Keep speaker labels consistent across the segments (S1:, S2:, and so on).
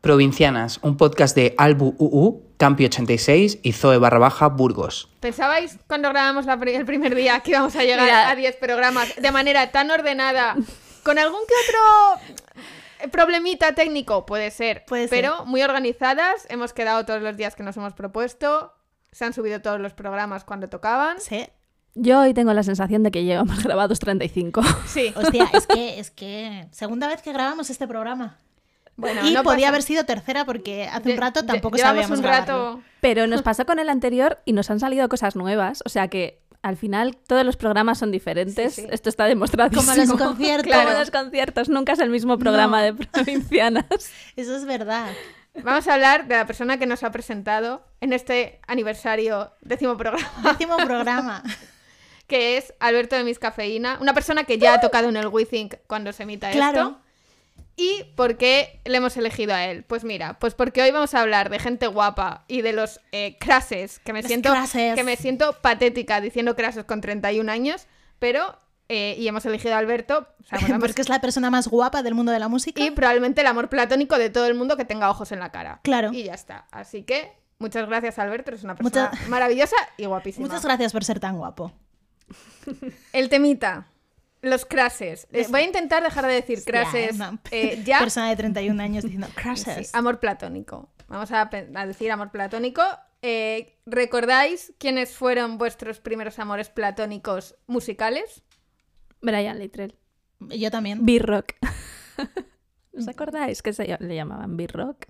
S1: Provincianas, un podcast de Albu UU, Campi 86 y Zoe barra baja Burgos.
S2: ¿Pensabais cuando grabamos la pri- el primer día que íbamos a llegar
S3: Mira.
S2: a 10 programas de manera tan ordenada? Con algún que otro problemita técnico, puede ser.
S3: Puede ser.
S2: pero muy organizadas, hemos quedado todos los días que nos hemos propuesto. Se han subido todos los programas cuando tocaban.
S3: Sí.
S4: Yo hoy tengo la sensación de que llevamos grabados 35.
S2: Sí.
S3: Hostia, es que, es que. Segunda vez que grabamos este programa.
S2: Bueno,
S3: y
S2: no
S3: podía
S2: pasa-
S3: haber sido tercera porque hace un
S2: Lle-
S3: rato
S2: lle-
S3: tampoco
S2: llevamos
S3: sabíamos.
S2: un
S3: grabarlo.
S2: rato.
S4: Pero nos pasó con el anterior y nos han salido cosas nuevas. O sea que al final todos los programas son diferentes.
S2: Sí, sí.
S4: Esto está demostrado.
S3: Como los conciertos.
S4: Como los conciertos. Nunca es el mismo programa
S3: No.
S4: de provincianas.
S3: Eso es verdad.
S2: Vamos a hablar de la persona que nos ha presentado en este aniversario décimo programa,
S3: Décimo programa.
S2: que es Alberto de Mis Cafeína, una persona que ya ha tocado en el WeThink cuando se emita
S3: Claro.
S2: esto. ¿Y por qué le hemos elegido a él? Pues mira, pues porque hoy vamos a hablar de gente guapa y de los eh, crases, que me,
S3: Los
S2: siento,
S3: crases.
S2: que me siento patética diciendo crasos con 31 años, pero... eh, y hemos elegido a Alberto, o sea, bueno, hemos-
S3: Porque es la persona más guapa del mundo de la música.
S2: y probablemente el amor platónico de todo el mundo que tenga ojos en la cara.
S3: Claro.
S2: Y ya está. Así que muchas gracias, Alberto. Eres una persona
S3: Mucha-
S2: maravillosa y guapísima.
S3: Muchas gracias por ser tan guapo.
S2: El temita. Los crases. Eh, Voy a intentar dejar de decir crases.
S3: Ya, una
S2: eh, ya.
S3: Persona de 31 años diciendo
S2: Sí, Ah.
S3: crashes.
S2: amor platónico. Vamos a, pe- a decir amor platónico. Eh, ¿Recordáis quiénes fueron vuestros primeros amores platónicos musicales?
S4: Brian Littrell.
S3: Yo también.
S4: B-Rock. ¿Os acordáis que se ll- le llamaban B-Rock?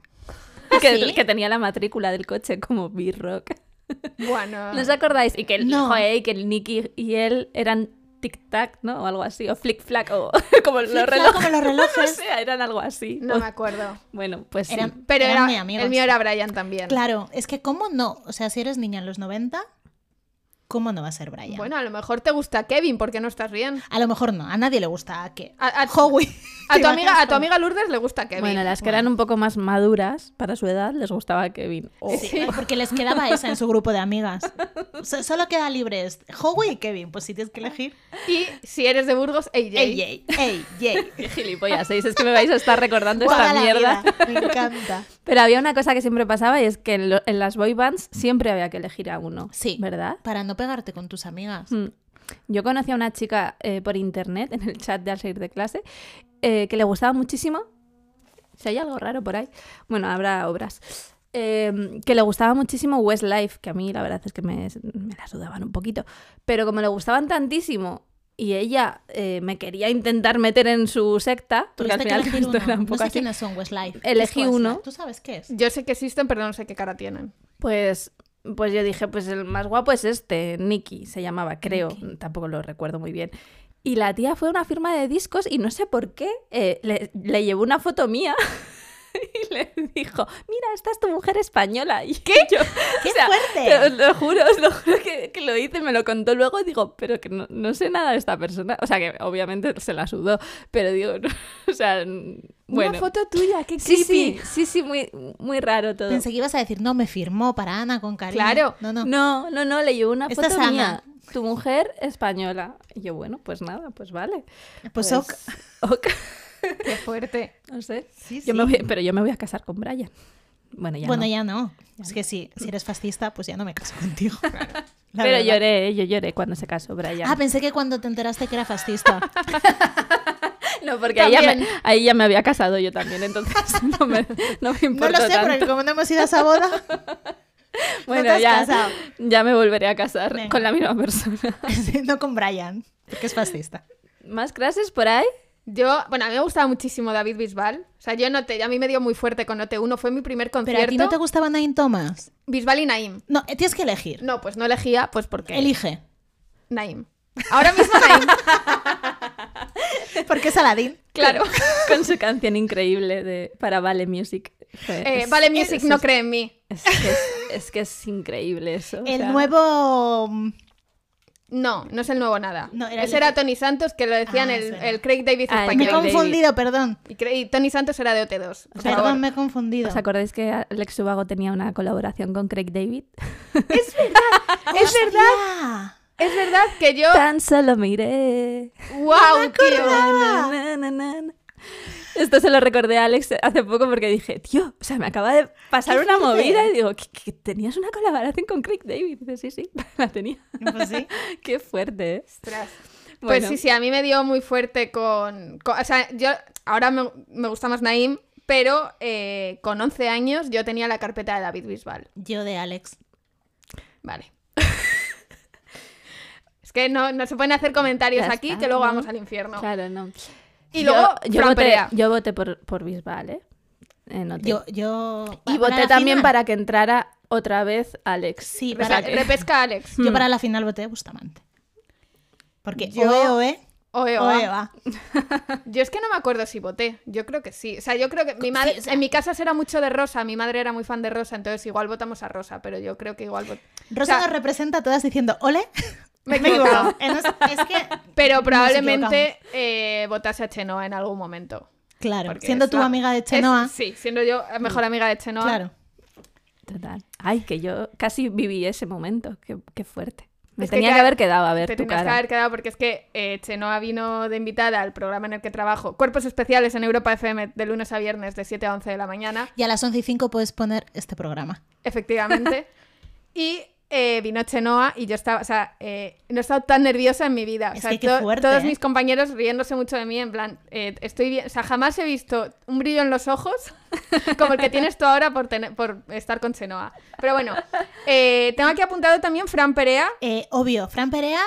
S4: Que,
S3: sí?
S4: que tenía la matrícula del coche como B-Rock.
S2: Bueno.
S4: Ah. ¿No os acordáis? Y que el
S3: No.
S4: joe, y que el Nicky y él eran tic-tac, ¿no? O algo así. O flick-flack, o como los
S3: Flic-flac
S4: relojes.
S3: como los
S4: O
S3: relojes.
S4: sea, eran algo así.
S2: no
S4: O-
S2: me acuerdo.
S4: Bueno, pues sí.
S3: Eran-
S2: Pero
S3: Eran
S2: era-
S3: muy amigos.
S2: el mío era Brian también.
S3: Claro, es que ¿cómo no? O sea, si eres niña en los 90, ¿cómo no va a ser Brian?
S2: Bueno, a lo mejor te gusta Kevin porque no estás bien.
S3: A lo mejor no, a nadie le gusta a que
S2: A- a-
S3: Howie.
S2: A
S3: ¿Te
S2: tu, amiga,
S3: imaginas
S2: a tu amiga Lourdes le gusta Kevin.
S4: Bueno, las que eran un poco más maduras para su edad les gustaba Kevin. O-
S3: Sí, ay, porque les quedaba esa en su grupo de amigas. So- solo queda libre este, Howie y Kevin, pues si tienes que elegir.
S2: Y si eres de Burgos, AJ.
S3: Ey, ey, ey, ey.
S4: Qué gilipollas, ¿eh? es que me vais a estar recordando
S3: Guau,
S4: esta
S3: la
S4: mierda.
S3: vida, Me encanta.
S4: Pero había una cosa que siempre pasaba y es que en, lo- en las boy bands siempre había que elegir a uno.
S3: Sí.
S4: ¿Verdad?
S3: Para no pegarte con tus amigas.
S4: Mm. Yo conocí a una chica eh, por internet, en el chat de al salir de clase, eh, que le gustaba muchísimo. Si hay algo raro por ahí, bueno, habrá obras. Eh, que le gustaba muchísimo Westlife, que a mí la verdad es que me, me la sudaban un poquito. Pero como le gustaban tantísimo y ella eh, me quería intentar meter en su secta, porque al
S3: Tuviste que
S4: final
S3: elegir
S4: esto era
S3: uno.
S4: un
S3: No
S4: poco
S3: sé
S4: así,
S3: quiénes son Westlife.
S4: Elegí
S3: ¿Qué es Westlife?
S4: uno.
S3: ¿Tú sabes qué es?
S2: Yo sé que existen, pero no sé qué cara tienen.
S4: Pues, pues yo dije, pues el más guapo es este, Nicky se llamaba, creo,
S3: Nicky.
S4: tampoco lo recuerdo muy bien. Y la tía fue a una firma de discos y no sé por qué eh, le, le llevó una foto mía y le dijo, mira, esta es tu mujer española. Y ¿Qué? Yo,
S3: ¡Qué
S4: o sea,
S3: fuerte!
S4: Te- os lo juro, os lo juro que, que lo hice, me lo contó luego y digo, pero que no, no sé nada de esta persona. O sea, que obviamente se la sudó, pero digo, o sea, bueno.
S2: Una foto tuya, qué
S4: sí,
S2: creepy.
S4: sí, sí, sí, muy, muy raro todo.
S3: Pensé que ibas a decir, no, me firmó para Ana con cariño.
S2: Claro.
S3: No, no.
S4: No, no, no, le llevo una
S3: Esta
S4: foto
S3: es
S4: mía.
S3: Ana.
S4: Tu mujer española. Y yo, bueno, pues nada, pues vale.
S3: Pues ok.
S4: ok.
S2: Qué fuerte.
S4: No sé.
S3: Sí,
S4: Yo me
S3: sí.
S4: voy- pero yo me voy a casar con Brian. Bueno, ya
S3: bueno,
S4: no.
S3: ya no. Es que sí, si eres fascista, pues ya no me caso contigo. La
S4: Pero
S3: verdad.
S4: lloré, ¿eh? yo lloré cuando se casó Brian.
S3: Ah, pensé que cuando te enteraste que era fascista.
S4: no, porque ahí ya, me,
S2: también.
S4: ahí ya me había casado yo también, entonces no me, no me
S3: No
S4: importa
S3: lo sé,
S4: tanto.
S3: porque como no hemos ido a esa boda.
S4: bueno,
S3: te has
S4: ya,
S3: casado.
S4: ya me volveré a casar
S3: Venga.
S4: con la misma persona.
S3: Sí, no con Brian, porque es fascista.
S4: ¿Más clases por ahí?
S2: Yo, bueno, a mí me gustaba muchísimo David Bisbal. O sea, yo noté, a mí me dio muy fuerte con Note 1. Fue mi primer
S3: Pero a
S2: concierto.
S3: ti no te gustaba Nain Thomas.
S2: Bisbal y Naim.
S3: No, eh, tienes que elegir.
S2: No, pues no elegía, pues porque.
S3: Elige.
S2: Naim. Ahora mismo Naim,
S3: Porque es Aladdin.
S2: claro.
S4: Con su canción increíble de para Vale Music. Fue-
S2: Eh,
S4: es-
S2: vale, Music
S4: es-
S2: no cree en mí.
S4: Es que es, es que es increíble eso. o
S3: El
S4: sea,
S3: nuevo. mm,
S2: No, no es el nuevo nada.
S3: No, era
S2: Ese
S3: el-
S2: era Tony Santos, que lo decían
S3: Ah,
S2: el,
S3: será.
S2: el Craig David
S4: Ah, el
S3: Me he
S4: Craig
S2: español.
S4: David.
S3: confundido, perdón.
S2: Y, Craig- y Tony Santos era de OT2. por favor.
S3: Perdón, me he confundido.
S4: ¿Os acordáis que Alex Subago tenía una colaboración con Craig David?
S2: Es verdad,
S3: verdad.
S2: es verdad que
S3: Oh.
S2: yo.
S4: Tan solo miré. Oh,
S2: ¡Wow, tío!
S4: Na, na, na, na. Esto se lo recordé a Alex hace poco porque dije, tío, o sea, me acaba de pasar
S3: Qué
S4: una
S3: fuerte.
S4: movida y digo, que, que tenías una colaboración con Craig David. Y dice, sí, sí, la tenía.
S3: Pues sí.
S4: Qué fuerte, ¿eh?
S2: Ostras. Pues
S4: Bueno.
S2: sí, sí, a mí me dio muy fuerte con... con- o sea, yo ahora me, me gusta más Naim, pero eh, con 11 años yo tenía la carpeta de David Bisbal.
S3: Yo de Alex.
S2: Vale. es que no, no se pueden hacer comentarios
S4: Ya
S2: aquí
S4: está,
S2: que luego
S4: ¿no?
S2: vamos al infierno.
S4: Claro, no.
S2: Y luego,
S4: yo
S2: Fran
S4: voté,
S2: Perea.
S4: yo voté por, por Bisbal, ¿eh? Eh, no te-
S3: Yo, yo.
S4: y
S3: ¿para la
S4: voté también
S3: final?
S4: para que entrara otra vez Alex.
S3: Sí,
S2: O sea,
S3: para.
S2: repesca a Alex.
S3: Yo para la final voté a Bustamante. Porque
S2: Yo-
S3: oe, oe,
S2: Oe, oa.
S3: oe, va.
S2: Yo es que no me acuerdo si voté. Yo creo que sí. O sea, yo creo que mi madre.
S3: o sea-
S2: En mi casa era mucho de Rosa. Mi madre era muy fan de Rosa. Entonces igual votamos a Rosa. Pero yo creo que igual voté.
S3: Rosa
S2: O sea-
S3: nos representa a todas diciendo, ole,
S2: Me he
S3: me he equivocado.
S2: equivocado.
S3: Eh, no, es, es que...
S2: Pero
S3: nos
S2: probablemente eh, votase a Chenoa en algún momento.
S3: equivocamos. Claro,
S2: Porque
S3: siendo
S2: es
S3: tu
S2: la-
S3: amiga de
S2: es-
S3: Chenoa. Mm.
S2: sí, siendo yo la mejor amiga de Chenoa.
S3: Claro.
S4: Total. Ay, que yo casi viví ese momento. Qué, qué fuerte. Me
S2: Es que
S4: tenía que,
S2: cada-
S4: haber quedado a ver
S2: Te
S4: tu
S2: tenías que
S4: cara.
S2: haber quedado porque es que eh, Chenoa vino de invitada al programa en el que trabajo. Cuerpos especiales en Europa FM de lunes a viernes de 7 a 11 de la mañana.
S3: Y a las 11 y 5 puedes poner este programa.
S2: Efectivamente. y eh, vino Chenoa y yo estaba, o sea, eh, no he estado tan nerviosa en mi vida. O
S3: Es
S2: sea,
S3: que qué
S2: to-
S3: fuerte,
S2: todos
S3: ¿eh?
S2: mis compañeros riéndose mucho de mí, en plan, eh, estoy bien, o sea, jamás he visto un brillo en los ojos como el que tienes tú ahora por, tener- por estar con Chenoa. Pero bueno, eh, tengo aquí apuntado también Fran Perea.
S3: Eh, obvio, Fran Perea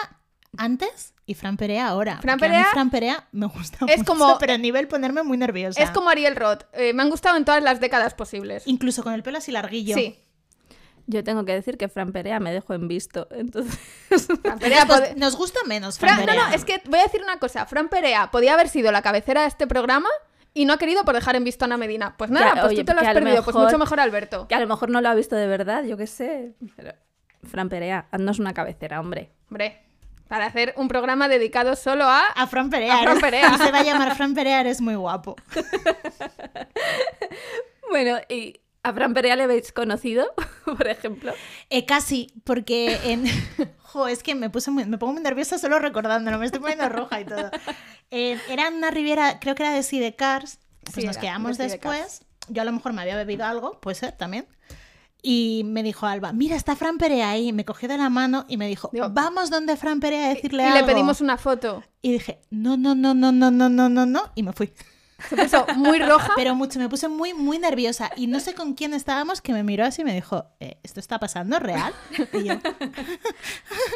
S3: antes y Fran Perea ahora.
S2: Fran
S3: porque a mí
S2: Perea-
S3: Fran Perea me gusta
S2: es
S3: mucho,
S2: como-
S3: pero a nivel ponerme muy nerviosa.
S2: es como Ariel Roth. eh, me han gustado en todas las décadas posibles.
S3: Incluso con el pelo así larguillo.
S2: Sí.
S4: Yo tengo que decir que Fran Perea me dejó en visto. Entonces.
S2: Fran Perea
S3: Nos,
S2: pod-
S3: nos gusta menos Fran,
S2: Fran- no,
S3: Perea.
S2: no, es que voy a decir una cosa. Fran Perea podía haber sido la cabecera de este programa y no ha querido por dejar en visto a Ana Medina. Pues nada,
S4: Ya,
S2: pues
S4: oye,
S2: tú te lo
S4: que
S2: has
S4: a lo
S2: perdido. Pues
S4: mejor-
S2: mucho mejor Alberto.
S4: que a lo mejor no lo ha visto de verdad, yo qué sé. Pero. Fran Perea, haznos una cabecera, hombre.
S2: Hombre, para hacer un programa dedicado solo a...
S3: A Fran Perea.
S2: A Fran Perea.
S3: Y se va a llamar Fran Perea, eres muy guapo.
S4: Bueno, y. ¿A Fran Perea le habéis conocido, por ejemplo?
S3: Eh, casi, porque en... Jo, es que me, puse muy- me pongo muy nerviosa solo recordándolo, me estoy poniendo roja y todo. Eh, era una Riviera, creo que era de Sidecars, pues
S2: Sí,
S3: nos
S2: era,
S3: quedamos
S2: de Sidecars.
S3: después. Yo a lo mejor me había bebido algo, puede ser también. Y me dijo Alba, mira, está Fran Perea ahí. Me cogió de la mano y me dijo,
S2: Digo,
S3: vamos donde Fran Perea a decirle
S2: y
S3: algo.
S2: le pedimos una foto.
S3: Y dije, no, no, no, no, no, no, no, no, no. Y me fui.
S2: Se puso muy roja.
S3: Pero mucho, me puse muy, muy nerviosa. Y no sé con quién estábamos que me miró así y me dijo, "Eh, ¿esto está pasando real? Y yo, me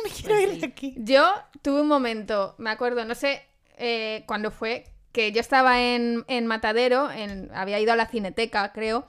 S2: Pues
S3: quiero ir de aquí.
S2: Yo tuve un momento, me acuerdo, no sé eh, cuándo fue, que yo estaba en, en Matadero, en- había ido a la cineteca, creo.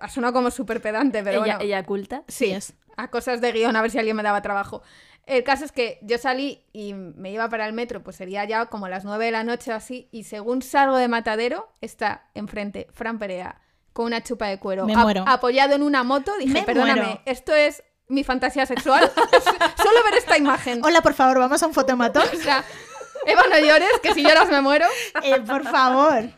S2: Ha sonado como súper pedante, pero
S4: ella,
S2: bueno.
S4: ella culta.
S2: Sí,
S3: Yes.
S2: a cosas de guión, a ver si alguien me daba trabajo. El caso es que yo salí y me iba para el metro, pues sería ya como las 9 de la noche o así, y según salgo de Matadero, está enfrente Fran Perea con una chupa de cuero,
S3: Me
S2: ap-
S3: muero.
S2: apoyado en una moto. Dije,
S3: Me
S2: perdóname,
S3: muero.
S2: esto es mi fantasía sexual. Solo ver esta imagen.
S3: Hola, por favor, vamos a un fotomatón.
S2: O sea, Eva, no llores, que si lloras me muero.
S3: Eh, por favor.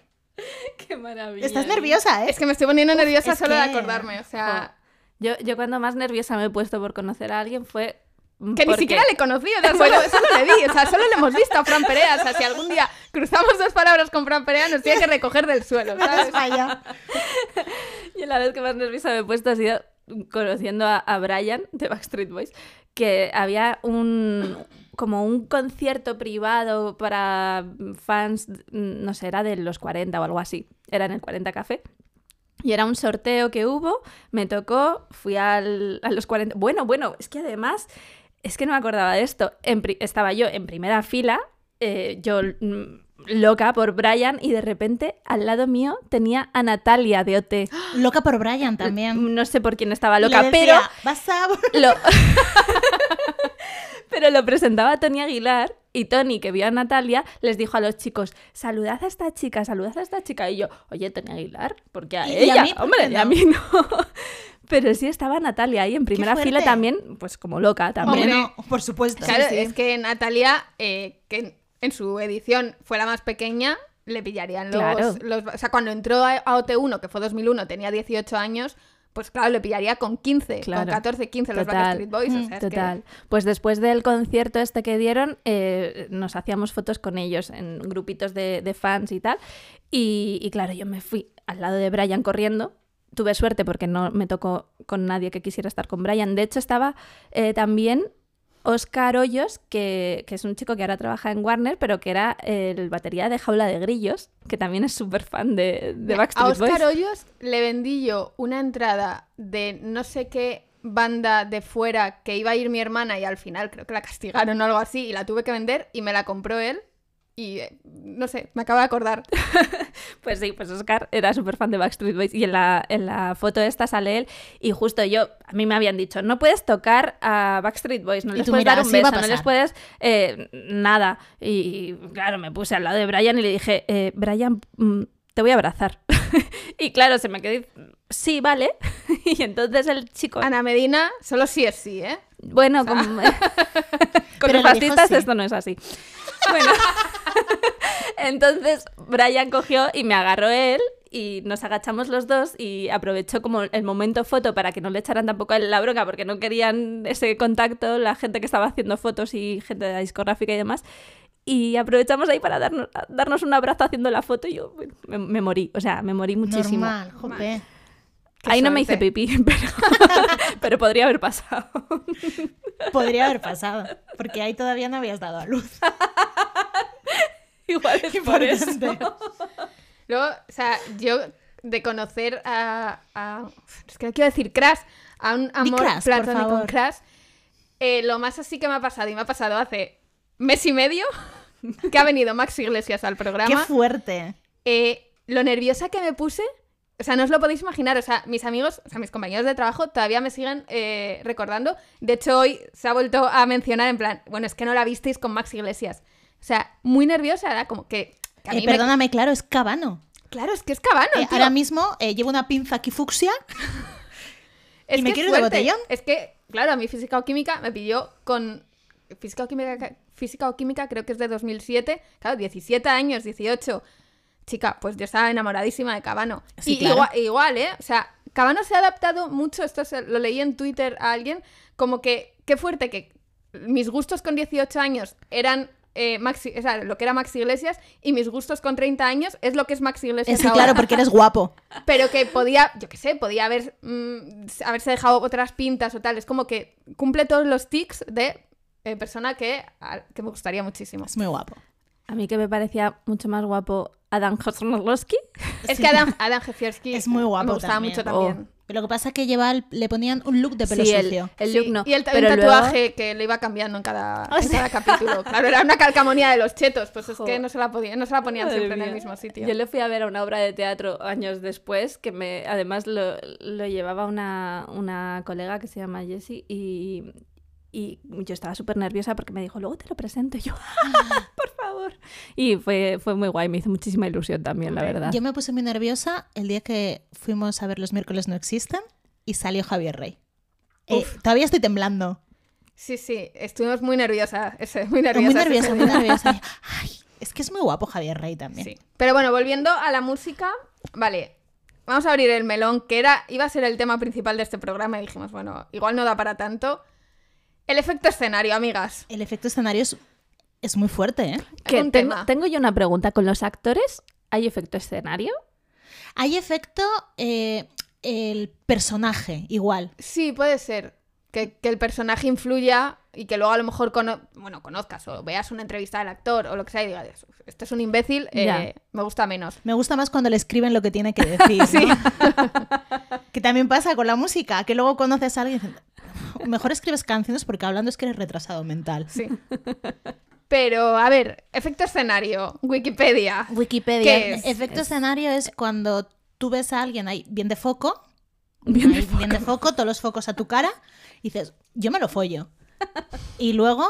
S4: Qué maravilla.
S3: Estás nerviosa, ¿eh?
S2: Es que me estoy poniendo nerviosa
S3: es
S2: solo de
S3: que-
S2: acordarme. O sea,
S4: Yo, yo cuando más nerviosa me he puesto por conocer a alguien fue... mm,
S2: Que ni
S4: porque-
S2: siquiera le conocí, o sea, solo, solo le vi, o sea, solo le hemos visto a Fran Perea. O sea, si algún día cruzamos dos palabras con Fran Perea, nos tiene que recoger del suelo, ¿sabes?
S3: Vaya.
S4: Y la vez que más nerviosa me he puesto ha sido conociendo a, a Brian de Backstreet Boys, que había un como un concierto privado para fans, mm, no sé, era de los 40 o algo así, era en el 40 Café. Y era un sorteo que hubo, me tocó, fui al, a los 40... Bueno, bueno, es que además, es que no me acordaba de esto. En pri- estaba yo en primera fila, eh, yo mm, loca por Brian, y de repente al lado mío tenía a Natalia de OT.
S3: Loca por Brian también.
S4: No sé por quién estaba
S3: Y le
S4: loca, pero
S3: decía, Vas a...
S4: lo... pero lo presentaba Tony Aguilar y Tony, que vio a Natalia, les dijo a los chicos, saludad a esta chica, saludad a esta chica. Y yo, oye, Tony Aguilar, porque a
S3: Y- y a
S4: ella,
S3: mí, ¿por
S4: hombre,
S3: qué
S4: y a
S3: no?".
S4: mí no. Pero sí estaba Natalia ahí en primera
S3: fuerte.
S4: fila también, pues como loca también.
S3: Hombre,
S2: Hombre.
S3: no, por supuesto.
S2: Claro,
S3: Sí, sí.
S2: es que Natalia, eh, que en su edición fue la más pequeña, le pillarían los...
S4: Claro.
S2: los- o sea, cuando entró a, a OT1, que fue 2001, tenía 18 años, pues claro, le pillaría con 15,
S4: Claro.
S2: con 14, 15 los
S4: Total.
S2: Backstreet Boys. o
S3: Mm,
S2: sea, es que-
S4: Total. Pues después del concierto este que dieron, eh, nos hacíamos fotos con ellos en grupitos de, de fans y tal. Y, y claro, yo me fui al lado de Brian corriendo. Tuve suerte porque no me tocó con nadie que quisiera estar con Brian. De hecho, estaba eh, también Oscar Hoyos, que, que es un chico que ahora trabaja en Warner, pero que era el batería de Jaula de Grillos, que también es súper fan de, de
S2: a
S4: Backstreet Boys.
S2: Oscar Hoyos le vendí yo una entrada de no sé qué banda de fuera que iba a ir mi hermana y al final creo que la castigaron o algo así y la tuve que vender y me la compró él y eh, no sé, me acabo de acordar.
S4: Pues sí, pues Oscar era súper fan de Backstreet Boys y en la, en la foto esta sale él y justo yo, a mí me habían dicho, no puedes tocar a Backstreet Boys, no
S3: Y
S4: les
S3: tú,
S4: puedes
S3: mira,
S4: dar un
S3: así va
S4: beso,
S3: a
S4: no les
S3: pasar.
S4: puedes eh, nada. Y claro, me puse al lado de Brian y le dije, "Eh, Brian, mm, te voy a abrazar. y claro, se me quedó, sí, vale. y entonces el chico,
S2: Ana Medina, solo sí es sí, ¿eh?
S4: bueno, con, con los
S3: Pero lo dijo
S4: fascistas
S3: así.
S4: esto no es así. Bueno, entonces Brian cogió y me agarró él y nos agachamos los dos y aprovechó como el momento foto para que no le echaran tampoco a él la bronca porque no querían ese contacto la gente que estaba haciendo fotos y gente de la discográfica y demás. Y aprovechamos ahí para darnos, darnos un abrazo haciendo la foto y yo bueno, me, me morí, o sea, me morí muchísimo.
S3: Normal, jope.
S2: Qué
S4: ahí no me hice
S2: suerte.
S4: pipí, pero, pero podría haber pasado.
S3: Podría haber pasado, porque ahí todavía no habías dado a luz.
S4: Igual es por eso.
S3: Importante.
S2: Luego, o sea, yo de conocer a. a- es que no quiero decir crash, a un amor
S3: Crash, por
S2: platónico
S3: favor.
S2: con crash. eh, lo más así que me ha pasado, y me ha pasado hace mes y medio, que ha venido Max Iglesias al
S3: Qué
S2: programa.
S3: fuerte.
S2: eh, lo nerviosa que me puse. O sea, no os lo podéis imaginar. O sea, mis amigos, o sea, mis compañeros de trabajo todavía me siguen eh, recordando. De hecho, hoy se ha vuelto a mencionar en plan, bueno, es que no la visteis con Max Iglesias. O sea, muy nerviosa, era como que. que a
S3: Eh,
S2: mí me-
S3: perdóname, claro, es cabano.
S2: Claro, es que es cabano.
S3: Eh, ahora mismo eh, llevo una pinza aquí fucsia.
S2: Es
S3: ¿Y me
S2: que es
S3: quieres de
S2: fuerte.
S3: botellón?
S2: Es que, claro, a mí física o química me pilló con. Física o química, física o química creo que es de 2007. Claro, 17 años, 18. Chica, pues yo estaba enamoradísima de Cabano.
S3: Sí,
S2: y
S3: claro.
S2: igua- igual, ¿eh? O sea, Cabano se ha adaptado mucho. Esto se- lo leí en Twitter a alguien. Como que, qué fuerte que mis gustos con 18 años eran. eh, Maxi, o sea, lo que era Max Iglesias y mis gustos con 30 años es lo que es Max Iglesias.
S3: Sí,
S2: ahora
S3: claro, porque eres guapo.
S2: pero que podía, yo qué sé, podía haber, mm, haberse dejado otras pintas o tal. Es como que cumple todos los tics de eh, persona que, a- que me gustaría muchísimo.
S3: Es muy guapo.
S4: A mí que me parecía mucho más guapo Adam Hosnorlowski.
S2: Es que Adam, Adam Jeffersky
S3: Es muy guapo
S2: me gustaba
S3: también.
S2: mucho también.
S3: Lo que pasa es que lleva el- le ponían un look de pelo
S4: el,
S3: sucio.
S4: Oh, el
S2: Sí,
S4: look no.
S2: Y el, ta-
S4: pero
S2: un
S4: luego-
S2: tatuaje que le iba cambiando en cada,
S3: O
S2: en
S3: sea.
S2: cada capítulo. Claro, era una calcamonía de los chetos, pues es
S4: Jo.
S2: que no se la, podía, no se la ponían
S4: Madre
S2: siempre en el
S4: mía.
S2: mismo sitio.
S4: Yo le fui a ver a una obra de teatro años después, que me además lo, lo llevaba una, una colega que se llama Jessie y, y yo estaba súper nerviosa porque me dijo, luego te lo presento Y yo, "Ah, por favor. Y fue, fue muy guay, me hizo muchísima ilusión también, la verdad.
S3: Yo me puse muy nerviosa el día que fuimos a ver Los miércoles no existen y salió Javier Rey. Eh, todavía estoy temblando.
S2: Sí, sí, estuvimos muy nerviosas. ese- muy
S3: Estoy
S2: nerviosas.
S3: muy
S2: ese
S3: nerviosa,
S2: día.
S3: muy nerviosa. Ay, es que es muy guapo Javier Rey también.
S2: Sí. Pero bueno, volviendo a la música, vale. Vamos a abrir el melón, que era, iba a ser el tema principal de este programa y dijimos, bueno, igual no da para tanto. El efecto escenario, amigas.
S3: El efecto escenario es, es muy fuerte, ¿eh?
S2: Hay
S4: Que
S2: un
S4: tengo,
S2: tema.
S4: tengo yo una pregunta, ¿con los actores hay efecto escenario?
S3: Hay efecto eh, el personaje igual.
S2: Sí, puede ser. Que, que el personaje influya y que luego a lo mejor cono- bueno, conozcas o veas una entrevista del actor o lo que sea y digas, este es un imbécil, eh,
S4: Ya.
S2: me gusta menos.
S3: Me gusta más cuando le escriben lo que tiene que decir.
S2: Sí.
S3: ¿no? Que también pasa con la música, que luego conoces a alguien y dicen, mejor escribes canciones porque hablando es que eres retrasado mental.
S2: Sí. Pero, a ver, efecto escenario, Wikipedia.
S3: Wikipedia.
S2: ¿Qué es?
S3: Efecto escenario es cuando tú ves a alguien ahí bien de foco,
S4: Bien de
S3: ahí bien de foco, todos los focos a tu cara, y dices, yo me lo follo. Y luego,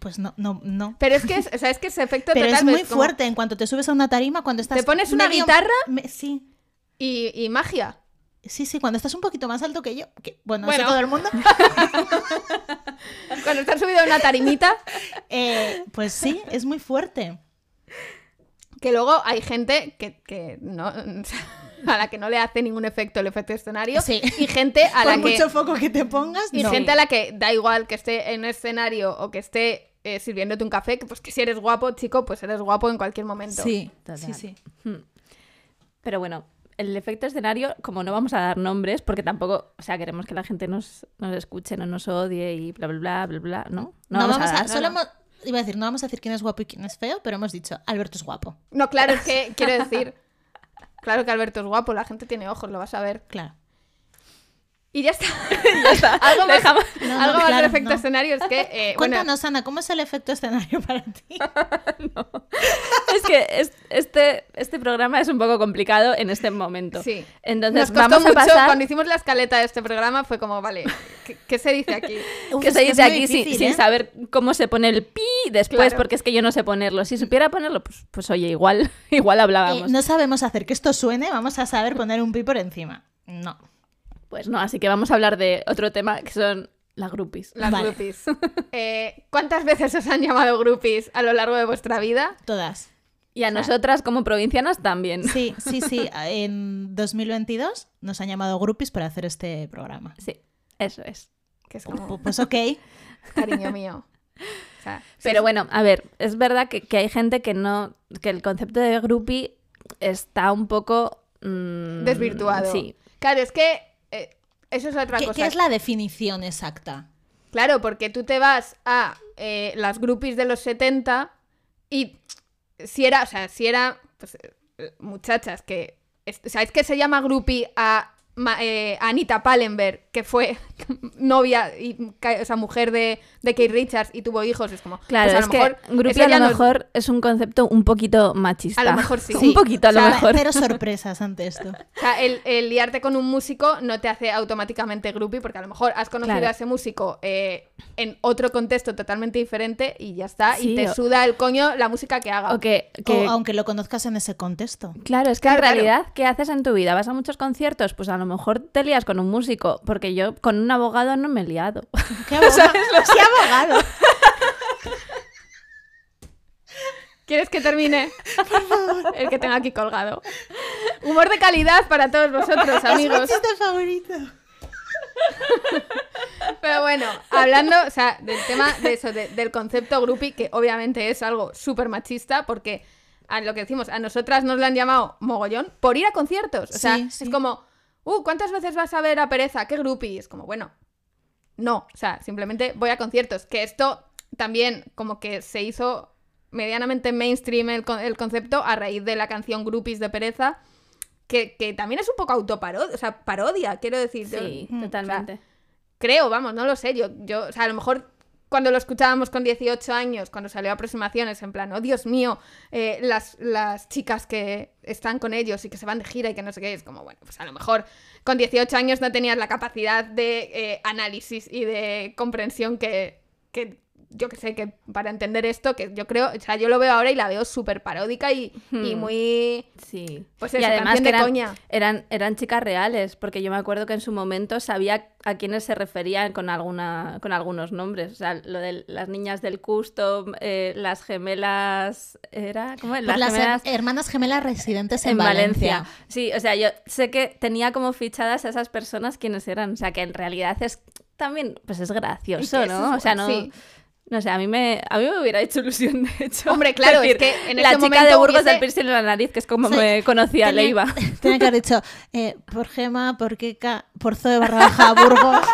S3: pues no, no, no.
S2: Pero es que es, o sea, es que ese efecto
S3: Pero
S2: total,
S3: es
S2: pues,
S3: muy
S2: como-
S3: fuerte en cuanto te subes a una tarima, cuando estás...
S2: ¿Te pones una
S3: medio-
S2: guitarra?
S3: me- sí.
S2: Y, y magia.
S3: Sí, sí, cuando estás un poquito más alto que yo, que bueno,
S2: Bueno.
S3: eso todo el mundo,
S2: Cuando estás subido a una tarimita,
S3: eh, pues sí, es muy fuerte.
S2: que luego hay gente que, que no. o sea, a la que no le hace ningún efecto el efecto escenario
S3: Sí.
S2: y gente a la
S3: Por
S2: que
S3: mucho foco que te pongas,
S2: y
S3: no.
S2: gente a la que da igual que esté en un escenario o que esté eh, sirviéndote un café, que pues que si eres guapo, chico, pues eres guapo en cualquier momento.
S3: Sí,
S4: Total.
S3: sí, sí.
S4: Pero bueno, el efecto escenario, como no vamos a dar nombres, porque tampoco, o sea, queremos que la gente nos, nos escuche, no nos odie y bla, bla, bla, bla, bla, ¿no?
S3: No, vamos a,
S4: dar.
S3: solo hemos- iba a decir, no vamos a decir quién es guapo y quién es feo, pero hemos dicho, Alberto es guapo.
S2: No, claro, es que quiero decir, claro que Alberto es guapo, la gente tiene ojos, lo vas a ver.
S3: Claro.
S2: Y ya está. algo más,
S3: No, no,
S2: algo más del
S3: claro,
S2: efecto
S3: no.
S2: escenario es que, eh, bueno,
S3: Cuéntanos, Ana, ¿cómo es el efecto escenario para ti?
S4: Es que es- este, este programa es un poco complicado en este momento.
S2: Sí. nos
S4: Entonces,
S2: costó
S4: vamos a
S2: mucho,
S4: pasar...
S2: cuando hicimos la escaleta de este programa fue como, vale, ¿qué, qué se dice aquí?
S3: Uf,
S4: que
S3: es
S4: se
S3: que
S4: dice
S3: es muy
S4: aquí sin-
S3: difícil,
S4: sin,
S3: ¿eh?
S4: saber cómo se pone el pi después,
S2: Claro.
S4: porque es que yo no sé ponerlo. Si supiera ponerlo, pues, pues oye, igual, igual hablábamos.
S3: Eh, no sabemos hacer que esto suene, vamos a saber poner un pi por encima. No.
S4: Pues no, así que vamos a hablar de otro tema que son las groupies.
S2: Las
S3: Vale.
S2: groupies. Eh, ¿Cuántas veces os han llamado groupies a lo largo de vuestra vida?
S3: Todas.
S4: Y a nosotras como provincianas también.
S3: Sí, sí, sí. En 2022 nos han llamado groupies para hacer este programa.
S4: Sí, eso es.
S2: Que es
S3: Pu-
S2: como,
S3: Pues ok.
S2: cariño mío. O sea,
S4: Pero bueno, a ver, es verdad que, que hay gente que no, que el concepto de groupie está un poco... mm,
S2: desvirtuado.
S4: Sí.
S2: Claro, es que eh, eso es otra
S3: ¿Qué,
S2: cosa.
S3: qué es la definición exacta?
S2: Claro, porque tú te vas a eh, las groupies de los 70 y si era, o sea, si era pues, eh, muchachas que... es- o sea, es que se llama groupie a Ma- eh, Anita Pallenberg, que fue novia y ca- o sea, mujer de, de Kate Richards y tuvo hijos. Es como,
S4: Claro,
S2: pues a
S4: es
S2: lo
S4: que
S2: mejor,
S4: groupie
S2: eso
S4: a
S2: ya
S4: lo
S2: no-
S4: mejor es un concepto un poquito machista.
S2: A lo mejor sí.
S4: Un poquito a
S2: O
S4: lo
S2: sea,
S4: mejor.
S3: Pero sorpresas ante esto.
S2: O sea, el, el liarte con un músico no te hace automáticamente groupie, porque a lo mejor has conocido
S4: Claro.
S2: a ese músico eh, en otro contexto totalmente diferente y ya está,
S4: Sí,
S2: y te
S4: o-
S2: suda el coño la música que haga.
S4: O que, que-
S3: O aunque lo conozcas en ese contexto.
S4: Claro, es que
S2: Claro,
S4: en
S2: claro.
S4: realidad, ¿qué haces en tu vida? ¿Vas a muchos conciertos? Pues a lo mejor te lías con un músico, porque yo con un abogado no me he liado.
S3: ¡Qué abogado! ¡Qué abogado!
S2: ¿Quieres que termine? El que tengo aquí colgado. Humor de calidad para todos vosotros, amigos.
S3: Es mi chiste favorito.
S2: Pero bueno, hablando, o sea, del tema de eso, de- del concepto groupie, que obviamente es algo súper machista, porque a lo que decimos, a nosotras nos la han llamado mogollón por ir a conciertos. O sea,
S3: Sí, sí.
S2: es como, uh, ¿cuántas veces vas a ver a Pereza? ¿Qué groupie? Es como, bueno, no, o sea, simplemente voy a conciertos. Que esto también como que se hizo medianamente mainstream el, con- el concepto a raíz de la canción Groupies de Pereza, que, que también es un poco autoparodia, o sea, parodia, quiero decir. yo-
S4: Sí,
S3: Mm,
S4: totalmente.
S2: Creo, vamos, no lo sé. Yo, yo, o sea, a lo mejor cuando lo escuchábamos con 18 años, cuando salió aproximaciones, en plan, oh Dios mío, eh, las, las chicas que están con ellos y que se van de gira y que no sé qué, es como, bueno, pues a lo mejor con 18 años no tenías la capacidad de eh, análisis y de comprensión que, que yo que sé, que para entender esto, que yo creo, o sea, yo lo veo ahora y la veo súper paródica y, y
S4: Hmm.
S2: muy...
S4: Sí.
S2: Pues eso, canción de
S4: eran,
S2: coña.
S4: eran eran chicas reales, porque yo me acuerdo que en su momento sabía a quiénes se referían con alguna con algunos nombres, o sea, lo de las niñas del custom, eh, las gemelas era ¿cómo? es?
S2: Pues
S3: Por las her-
S4: gemelas
S3: hermanas gemelas residentes en,
S4: en Valencia. Sí, o sea, yo sé que tenía como fichadas a esas personas quienes eran. O sea, que en realidad es también, pues es gracioso,
S2: Y que eso
S4: ¿no?
S2: es-
S4: O sea, no.
S2: sí.
S4: No sé, a mí, me, a mí me hubiera hecho ilusión, de hecho.
S2: Hombre, claro, es
S4: decir,
S2: que en
S4: La
S2: ese
S4: chica de
S2: momento
S4: Burgos
S2: hubiese-
S4: del piercing en la nariz, que es como
S3: Sí.
S4: me conocía
S3: Tenía-
S4: Leiva.
S3: Tenía que haber dicho, eh, por Gema, por Keka, por Zoe barra baja Burgos.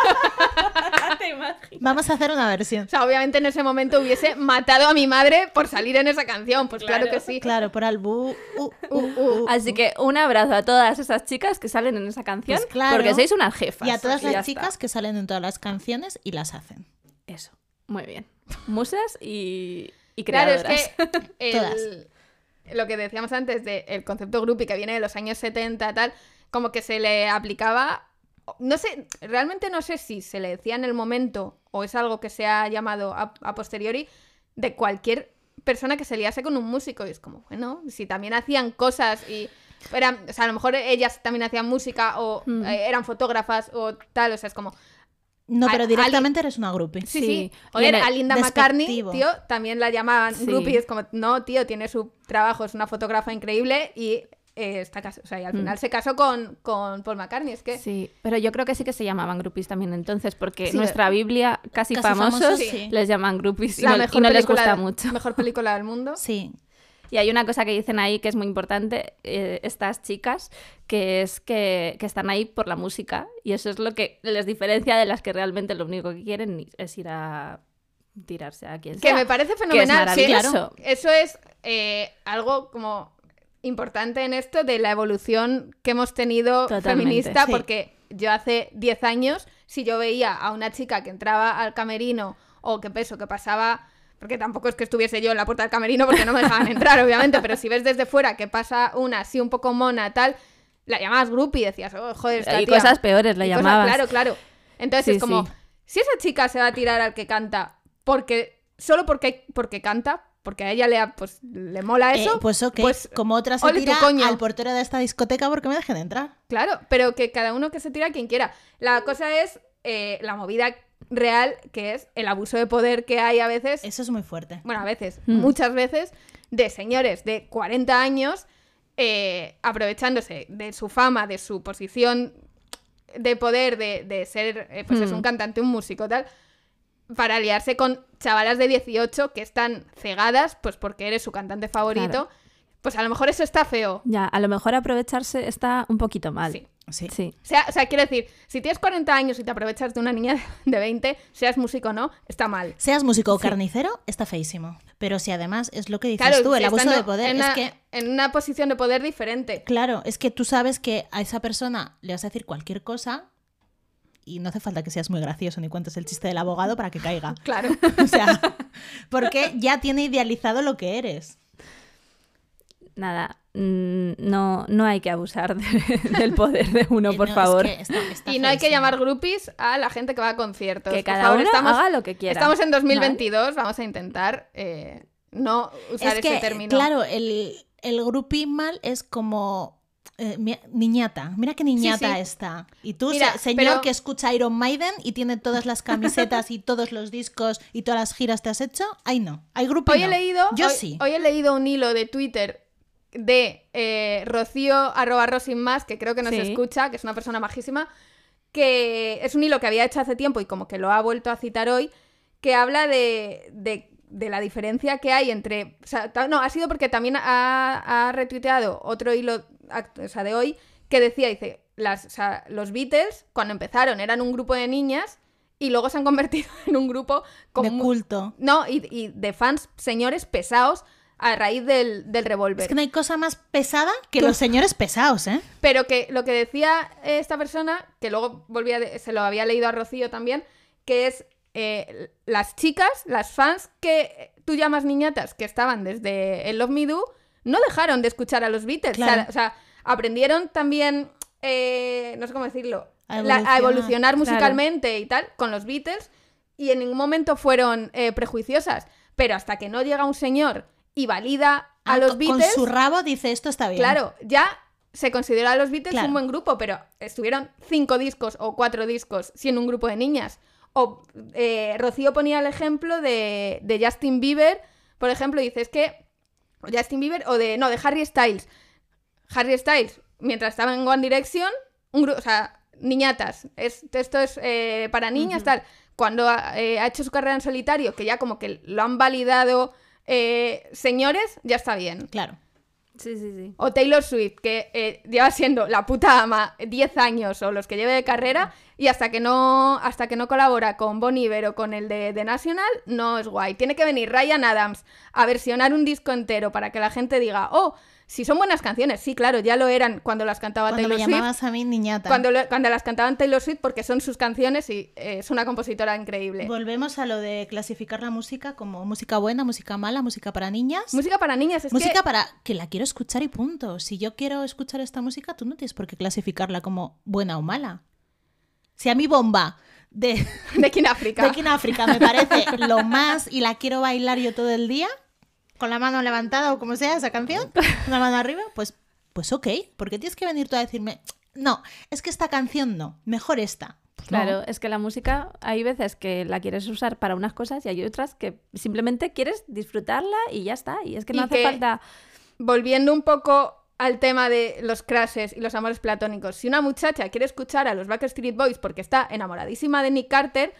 S3: Vamos a hacer una versión.
S2: O sea, obviamente en ese momento hubiese matado a mi madre por salir en esa canción, pues claro,
S4: Claro.
S2: que sí.
S3: Claro, por Albu. uh, uh, uh, uh.
S4: Así que un abrazo a todas esas chicas que salen en esa canción,
S3: Pues claro.
S4: porque sois unas jefas.
S3: Y a todas
S4: ya
S3: las
S4: está.
S3: chicas que salen en todas las canciones y las hacen.
S4: Eso, muy bien. Musas y, y
S2: Claro,
S4: creadoras.
S2: es que el-
S3: Todas.
S2: lo que decíamos antes del concepto groupie que viene de los años 70 tal, como que se le aplicaba, no sé, realmente no sé si se le decía en el momento o es algo que se ha llamado a, a posteriori de cualquier persona que se liase con un músico y es como, bueno, si también hacían cosas y eran, o sea, a lo mejor ellas también hacían música o
S4: Hmm.
S2: eh, eran fotógrafas o tal, o sea, es como,
S3: No,
S2: Al-
S3: pero directamente eres una groupie.
S2: Sí,
S4: Sí.
S2: sí.
S4: Y
S2: Oye,
S4: en el-
S2: a Linda
S3: despectivo.
S2: McCartney, tío, también la llamaban
S4: Sí.
S2: groupie. Es como, no, tío, tiene su trabajo, es una fotógrafa increíble y eh, está cas- o sea, y al final se casó con, con Paul McCartney. Es que
S4: Mm. Sí, pero yo creo que sí que se llamaban groupies también entonces, porque
S2: Sí,
S4: nuestra Biblia, casi,
S3: Casi
S4: famosos,
S3: famosos, sí.
S4: les llaman groupies y
S2: la
S4: no, y
S2: mejor
S4: no les
S2: película-
S4: gusta mucho.
S2: Mejor película del mundo.
S3: Sí.
S4: Y hay una cosa que dicen ahí que es muy importante, eh, estas chicas, que es que, que están ahí por la música. Y eso es lo que les diferencia de las que realmente lo único que quieren es ir a tirarse a quien
S2: Que
S4: sea.
S2: me parece
S4: es
S2: fenomenal. sí,
S4: maravilloso.
S2: claro. Eso es eh, algo como importante en esto de la evolución que hemos tenido
S4: Totalmente,
S2: feminista,
S3: sí.
S2: porque yo hace 10 años, si yo veía a una chica que entraba al camerino o que peso, que pasaba, porque tampoco es que estuviese yo en la puerta del camerino porque no me dejaban entrar, obviamente, pero si ves desde fuera que pasa una así un poco mona, tal, la llamabas groupie y decías, oh, joder, esta
S4: y
S2: tía".
S4: cosas peores la
S2: y cosas-
S4: llamabas.
S2: claro, claro. Entonces
S4: Sí,
S2: es como,
S4: sí.
S2: si esa chica se va a tirar al que canta, porque solo porque, porque canta, porque a ella le, ha- pues, le mola
S3: Eh,
S2: eso,
S3: pues ok,
S2: pues,
S3: como otras se
S2: ole tu
S3: tira
S2: coño.
S3: al portero de esta discoteca porque me dejen entrar.
S2: claro, pero que cada uno que se tira a quien quiera. La cosa es eh, la movida real, que es el abuso de poder que hay a veces,
S3: Eso es muy fuerte.
S2: bueno, a veces,
S4: Mm.
S2: muchas veces, de señores de 40 años eh, aprovechándose de su fama, de su posición de poder, de, de ser, eh, pues es
S4: Mm.
S2: un cantante, un músico, tal, para aliarse con chavalas de 18 que están cegadas, pues porque eres su cantante favorito, pues a lo mejor eso está feo.
S4: Ya, a lo mejor aprovecharse está un poquito mal.
S2: Sí.
S3: Sí.
S4: Sí.
S2: O sea, o sea, quiero decir, si tienes 40 años y te aprovechas de una niña de 20, seas músico o no, está mal.
S3: Seas músico o carnicero, está feísimo. Pero si además es lo que dices
S2: Claro,
S3: tú, el
S2: si
S3: abuso
S2: estando
S3: de poder,
S2: en
S3: es
S2: una-
S3: que
S2: en una posición de poder diferente.
S3: Claro, es que tú sabes que a esa persona le vas a decir cualquier cosa y no hace falta que seas muy gracioso ni cuentes el chiste del abogado para que caiga.
S2: Claro.
S3: O sea, porque ya tiene idealizado lo que eres.
S4: Nada, mm, no, no hay que abusar de- del poder de uno,
S3: Eh,
S4: por
S3: no, es
S4: favor.
S3: que está- está
S2: Y no hay que
S3: feísimo.
S2: llamar groupies a la gente que va a conciertos.
S4: Que
S2: Por
S4: cada
S2: favor,
S4: uno
S2: estamos,
S4: haga lo que quiera.
S2: Estamos en 2022, vamos a intentar eh, no usar
S3: Es
S2: ese
S3: que,
S2: término.
S3: claro, el, el groupie mal es como... eh, mi- niñata, mira qué niñata
S2: sí.
S3: está. Y tú,
S2: Mira,
S3: se- señor
S2: pero-
S3: que escucha Iron Maiden y tiene todas las camisetas y todos los discos y todas las giras te has hecho, ahí no. Hay grupo.
S2: Hoy he leído,
S3: Yo
S2: hoy,
S3: sí.
S2: hoy he leído un hilo de Twitter de eh, Rocío arroba Rosin más, que creo que nos
S4: Sí.
S2: escucha, que es una persona majísima, que es un hilo que había hecho hace tiempo y como que lo ha vuelto a citar hoy, que habla de, de- de la diferencia que hay entre... o sea, ta- no, ha sido porque también ha, ha retuiteado otro hilo act- o sea, de hoy que decía, dice, las, o sea, los Beatles cuando empezaron eran un grupo de niñas y luego se han convertido en un grupo con
S3: de
S2: mu-
S3: culto.
S2: no, y, y de fans, señores pesados a raíz del, del revólver.
S3: Es que no hay cosa más pesada que los señores pesados, ¿eh?
S2: Pero que lo que decía eh, esta persona, que luego volvía de- se lo había leído a Rocío también, que es eh, las chicas, las fans que eh, tú llamas niñatas, que estaban desde el Love Me Do, no dejaron de escuchar a los Beatles. O sea,
S3: Claro.
S2: O, sea, aprendieron también, eh, no sé cómo decirlo,
S3: A
S2: la- a
S3: evolucionar.
S2: evolucionar
S4: Claro.
S2: musicalmente y tal con los Beatles y en ningún momento fueron eh, prejuiciosas. Pero hasta que no llega un señor y valida a
S3: Ah,
S2: los
S3: con-
S2: Beatles...
S3: Con su rabo dice esto está bien.
S2: Claro, ya se considera a los Beatles
S3: Claro.
S2: un buen grupo, pero estuvieron cinco discos o cuatro discos siendo un grupo de niñas. O eh, Rocío ponía el ejemplo de, de Justin Bieber, por ejemplo, y dice es que o Justin Bieber o de no de Harry Styles. Harry Styles, mientras estaba en One Direction, un grupo, o sea, niñatas, es, esto es eh, para niñas, tal. Cuando ha, eh, ha hecho su carrera en solitario, que ya como que lo han validado eh, señores, ya está bien.
S3: Claro.
S4: Sí, sí, sí.
S2: O Taylor Swift, que eh, lleva siendo la puta ama 10 años o los que lleve de carrera, y hasta que no, hasta que no colabora con Bon Iver o con el de The National, no es guay. Tiene que venir Ryan Adams a versionar un disco entero para que la gente diga, oh, si son buenas canciones. Sí, claro, ya lo eran cuando las cantaba
S3: Cuando me
S2: Taylor Swift.
S3: llamabas a mí niñata.
S2: Cuando, lo- cuando las cantaban Taylor Swift porque son sus canciones y eh, es una compositora increíble.
S3: Volvemos a lo de clasificar la música como música buena, música mala, música para niñas.
S2: Música para niñas es
S3: música
S2: que...
S3: para que la quiero escuchar y punto. Si yo quiero escuchar esta música, tú no tienes por qué clasificarla como buena o mala. Si a mí bomba de,
S2: De King África.
S3: de en África me parece lo más y la quiero bailar yo todo el día, con la mano levantada o como sea esa canción, una mano arriba, pues, pues ok, porque tienes que venir tú a decirme, no, es que esta canción no, mejor esta. Pues no.
S4: Claro, es que la música hay veces que la quieres usar para unas cosas y hay otras que simplemente quieres disfrutarla y ya está. Y es que no
S2: Y
S4: hace
S2: que-
S4: falta.
S2: volviendo un poco al tema de los crashes y los amores platónicos. Si una muchacha quiere escuchar a los Backstreet Boys porque está enamoradísima de Nick Carter,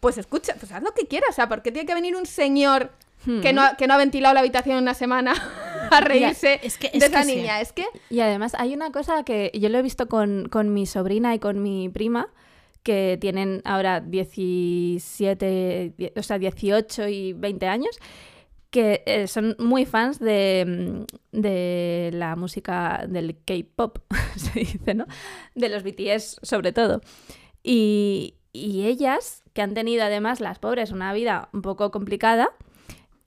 S2: pues escucha, pues haz lo que quieras. O sea, porque tiene que venir un señor que, no ha, que no ha ventilado la habitación en una semana a reírse
S3: Hmm. es que- es
S2: de esa
S3: que sí.
S2: niña. Es que
S4: Y además hay una cosa que yo lo he visto con, con mi sobrina y con mi prima, que tienen ahora 17, die- o sea, 18 y 20 años, que eh, son muy fans de, mm, de la música del K-pop, se dice, ¿no? De los BTS sobre todo. Y, y ellas, que han tenido además, las pobres, una vida un poco complicada,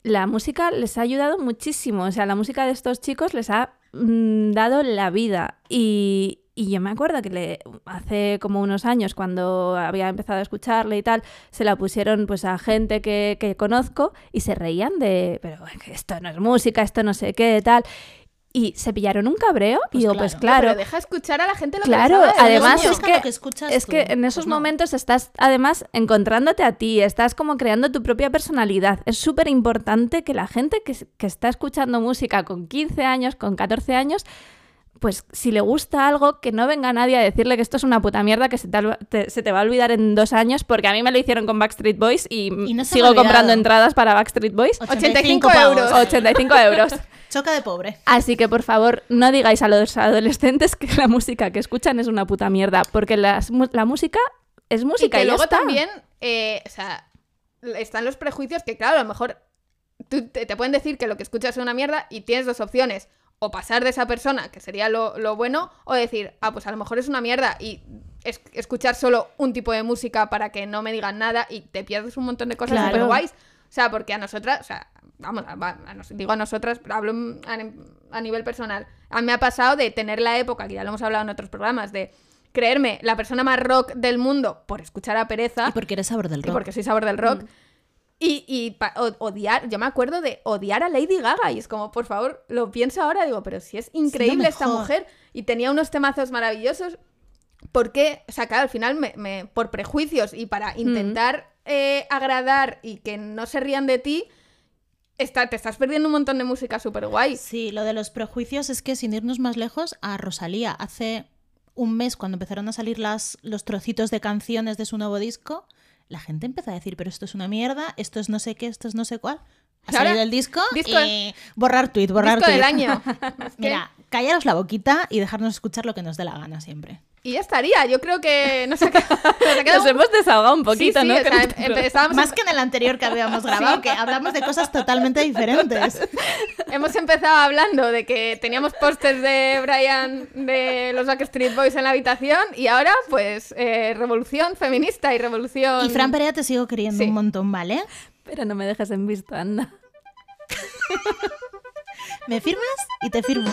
S4: la música les ha ayudado muchísimo. O sea, la música de estos chicos les ha mm, dado la vida. Y, y yo me acuerdo que le, hace como unos años, cuando había empezado a escucharle y tal, se la pusieron pues a gente que, que conozco y se reían de, pero es que esto no es música, esto no sé qué, tal. Y se pillaron un cabreo y
S3: Pues
S4: digo,
S3: claro.
S4: pues
S2: pero
S4: claro,
S2: deja escuchar a la gente lo
S4: Claro,
S2: que le sabe,
S4: además
S2: coño.
S4: es
S3: Busca lo
S4: que,
S3: que escuchas
S4: es que
S3: tú.
S4: en esos
S3: Pues no.
S4: momentos estás además encontrándote a ti, estás como creando tu propia personalidad. Es súper importante que la gente que, s- que está escuchando música con 15 años, con 14 años, pues si le gusta algo, que no venga nadie a decirle que esto es una puta mierda que se te, al- te- se te va a olvidar en dos años, porque a mí me lo hicieron con Backstreet Boys y, m-
S3: Y no se me
S4: sigo
S3: ha
S4: comprando
S3: olvidado.
S4: entradas para Backstreet Boys.
S2: 85
S3: pavos.
S2: euros.
S4: 85 euros.
S3: Choca de pobre.
S4: Así que por favor, no digáis a los adolescentes que la música que escuchan es una puta mierda, porque las mu- la música es
S2: Y
S4: música y,
S2: que
S4: ya
S2: luego
S4: está.
S2: también, eh, o sea, están los prejuicios que, claro, a lo mejor tú- te, te pueden decir que lo que escuchas es una mierda y tienes dos opciones. O pasar de esa persona, que sería lo, lo bueno, o decir, ah, pues a lo mejor es una mierda y es- escuchar solo un tipo de música para que no me digan nada y te pierdes un montón de cosas
S4: Claro.
S2: súper guays. O sea, porque a nosotras, o sea, vamos, a- va- a nos- digo a nosotras, pero hablo en- a, a nivel personal. A mí me ha pasado de tener la época, que ya lo hemos hablado en otros programas, de creerme la persona más rock del mundo por escuchar a Pereza
S3: Y porque eres sabor del
S2: y
S3: rock.
S2: porque soy sabor del rock. Y, y pa- o- odiar, yo me acuerdo de odiar a Lady Gaga y es como, por favor, lo pienso ahora, digo, pero si es increíble esta
S3: mejor.
S2: mujer y tenía unos temazos maravillosos, ¿por qué? O sea, claro, al final, me, me- por prejuicios y para intentar eh, agradar y que no se rían de ti, está, te estás perdiendo un montón de música súper guay.
S3: Sí, lo de los prejuicios es que sin irnos más lejos, a Rosalía hace un mes cuando empezaron a salir las, los trocitos de canciones de su nuevo disco, la gente empezó a decir, pero esto es una mierda, esto es no sé qué, esto es no sé cuál. Ha
S2: Y ahora,
S3: salido el disco,
S2: disco-
S3: y borrar tuit, borrar
S2: Disco
S3: tuit.
S2: del año. Es que-
S3: Mira, callaros la boquita y dejarnos escuchar lo que nos dé la gana siempre.
S2: Y ya estaría, yo creo que nos ha quedado, nos ha quedado
S4: Nos hemos desahogado un
S2: Sí,
S4: poquito,
S2: sí,
S4: ¿no?
S2: o
S4: Con
S2: sea,
S4: este
S2: empe-
S4: programa.
S2: estábamos
S3: Más que en el anterior que habíamos grabado, que hablamos de cosas totalmente diferentes.
S2: Hemos empezado hablando de que teníamos pósters de Brian de los Backstreet Boys en la habitación y ahora, pues, eh, revolución feminista y revolución.
S3: Y Fran Perea te sigo queriendo
S2: Sí.
S3: un montón, ¿vale?
S4: Pero no me dejes en vista, anda.
S3: ¿Me firmas? Y te firmo.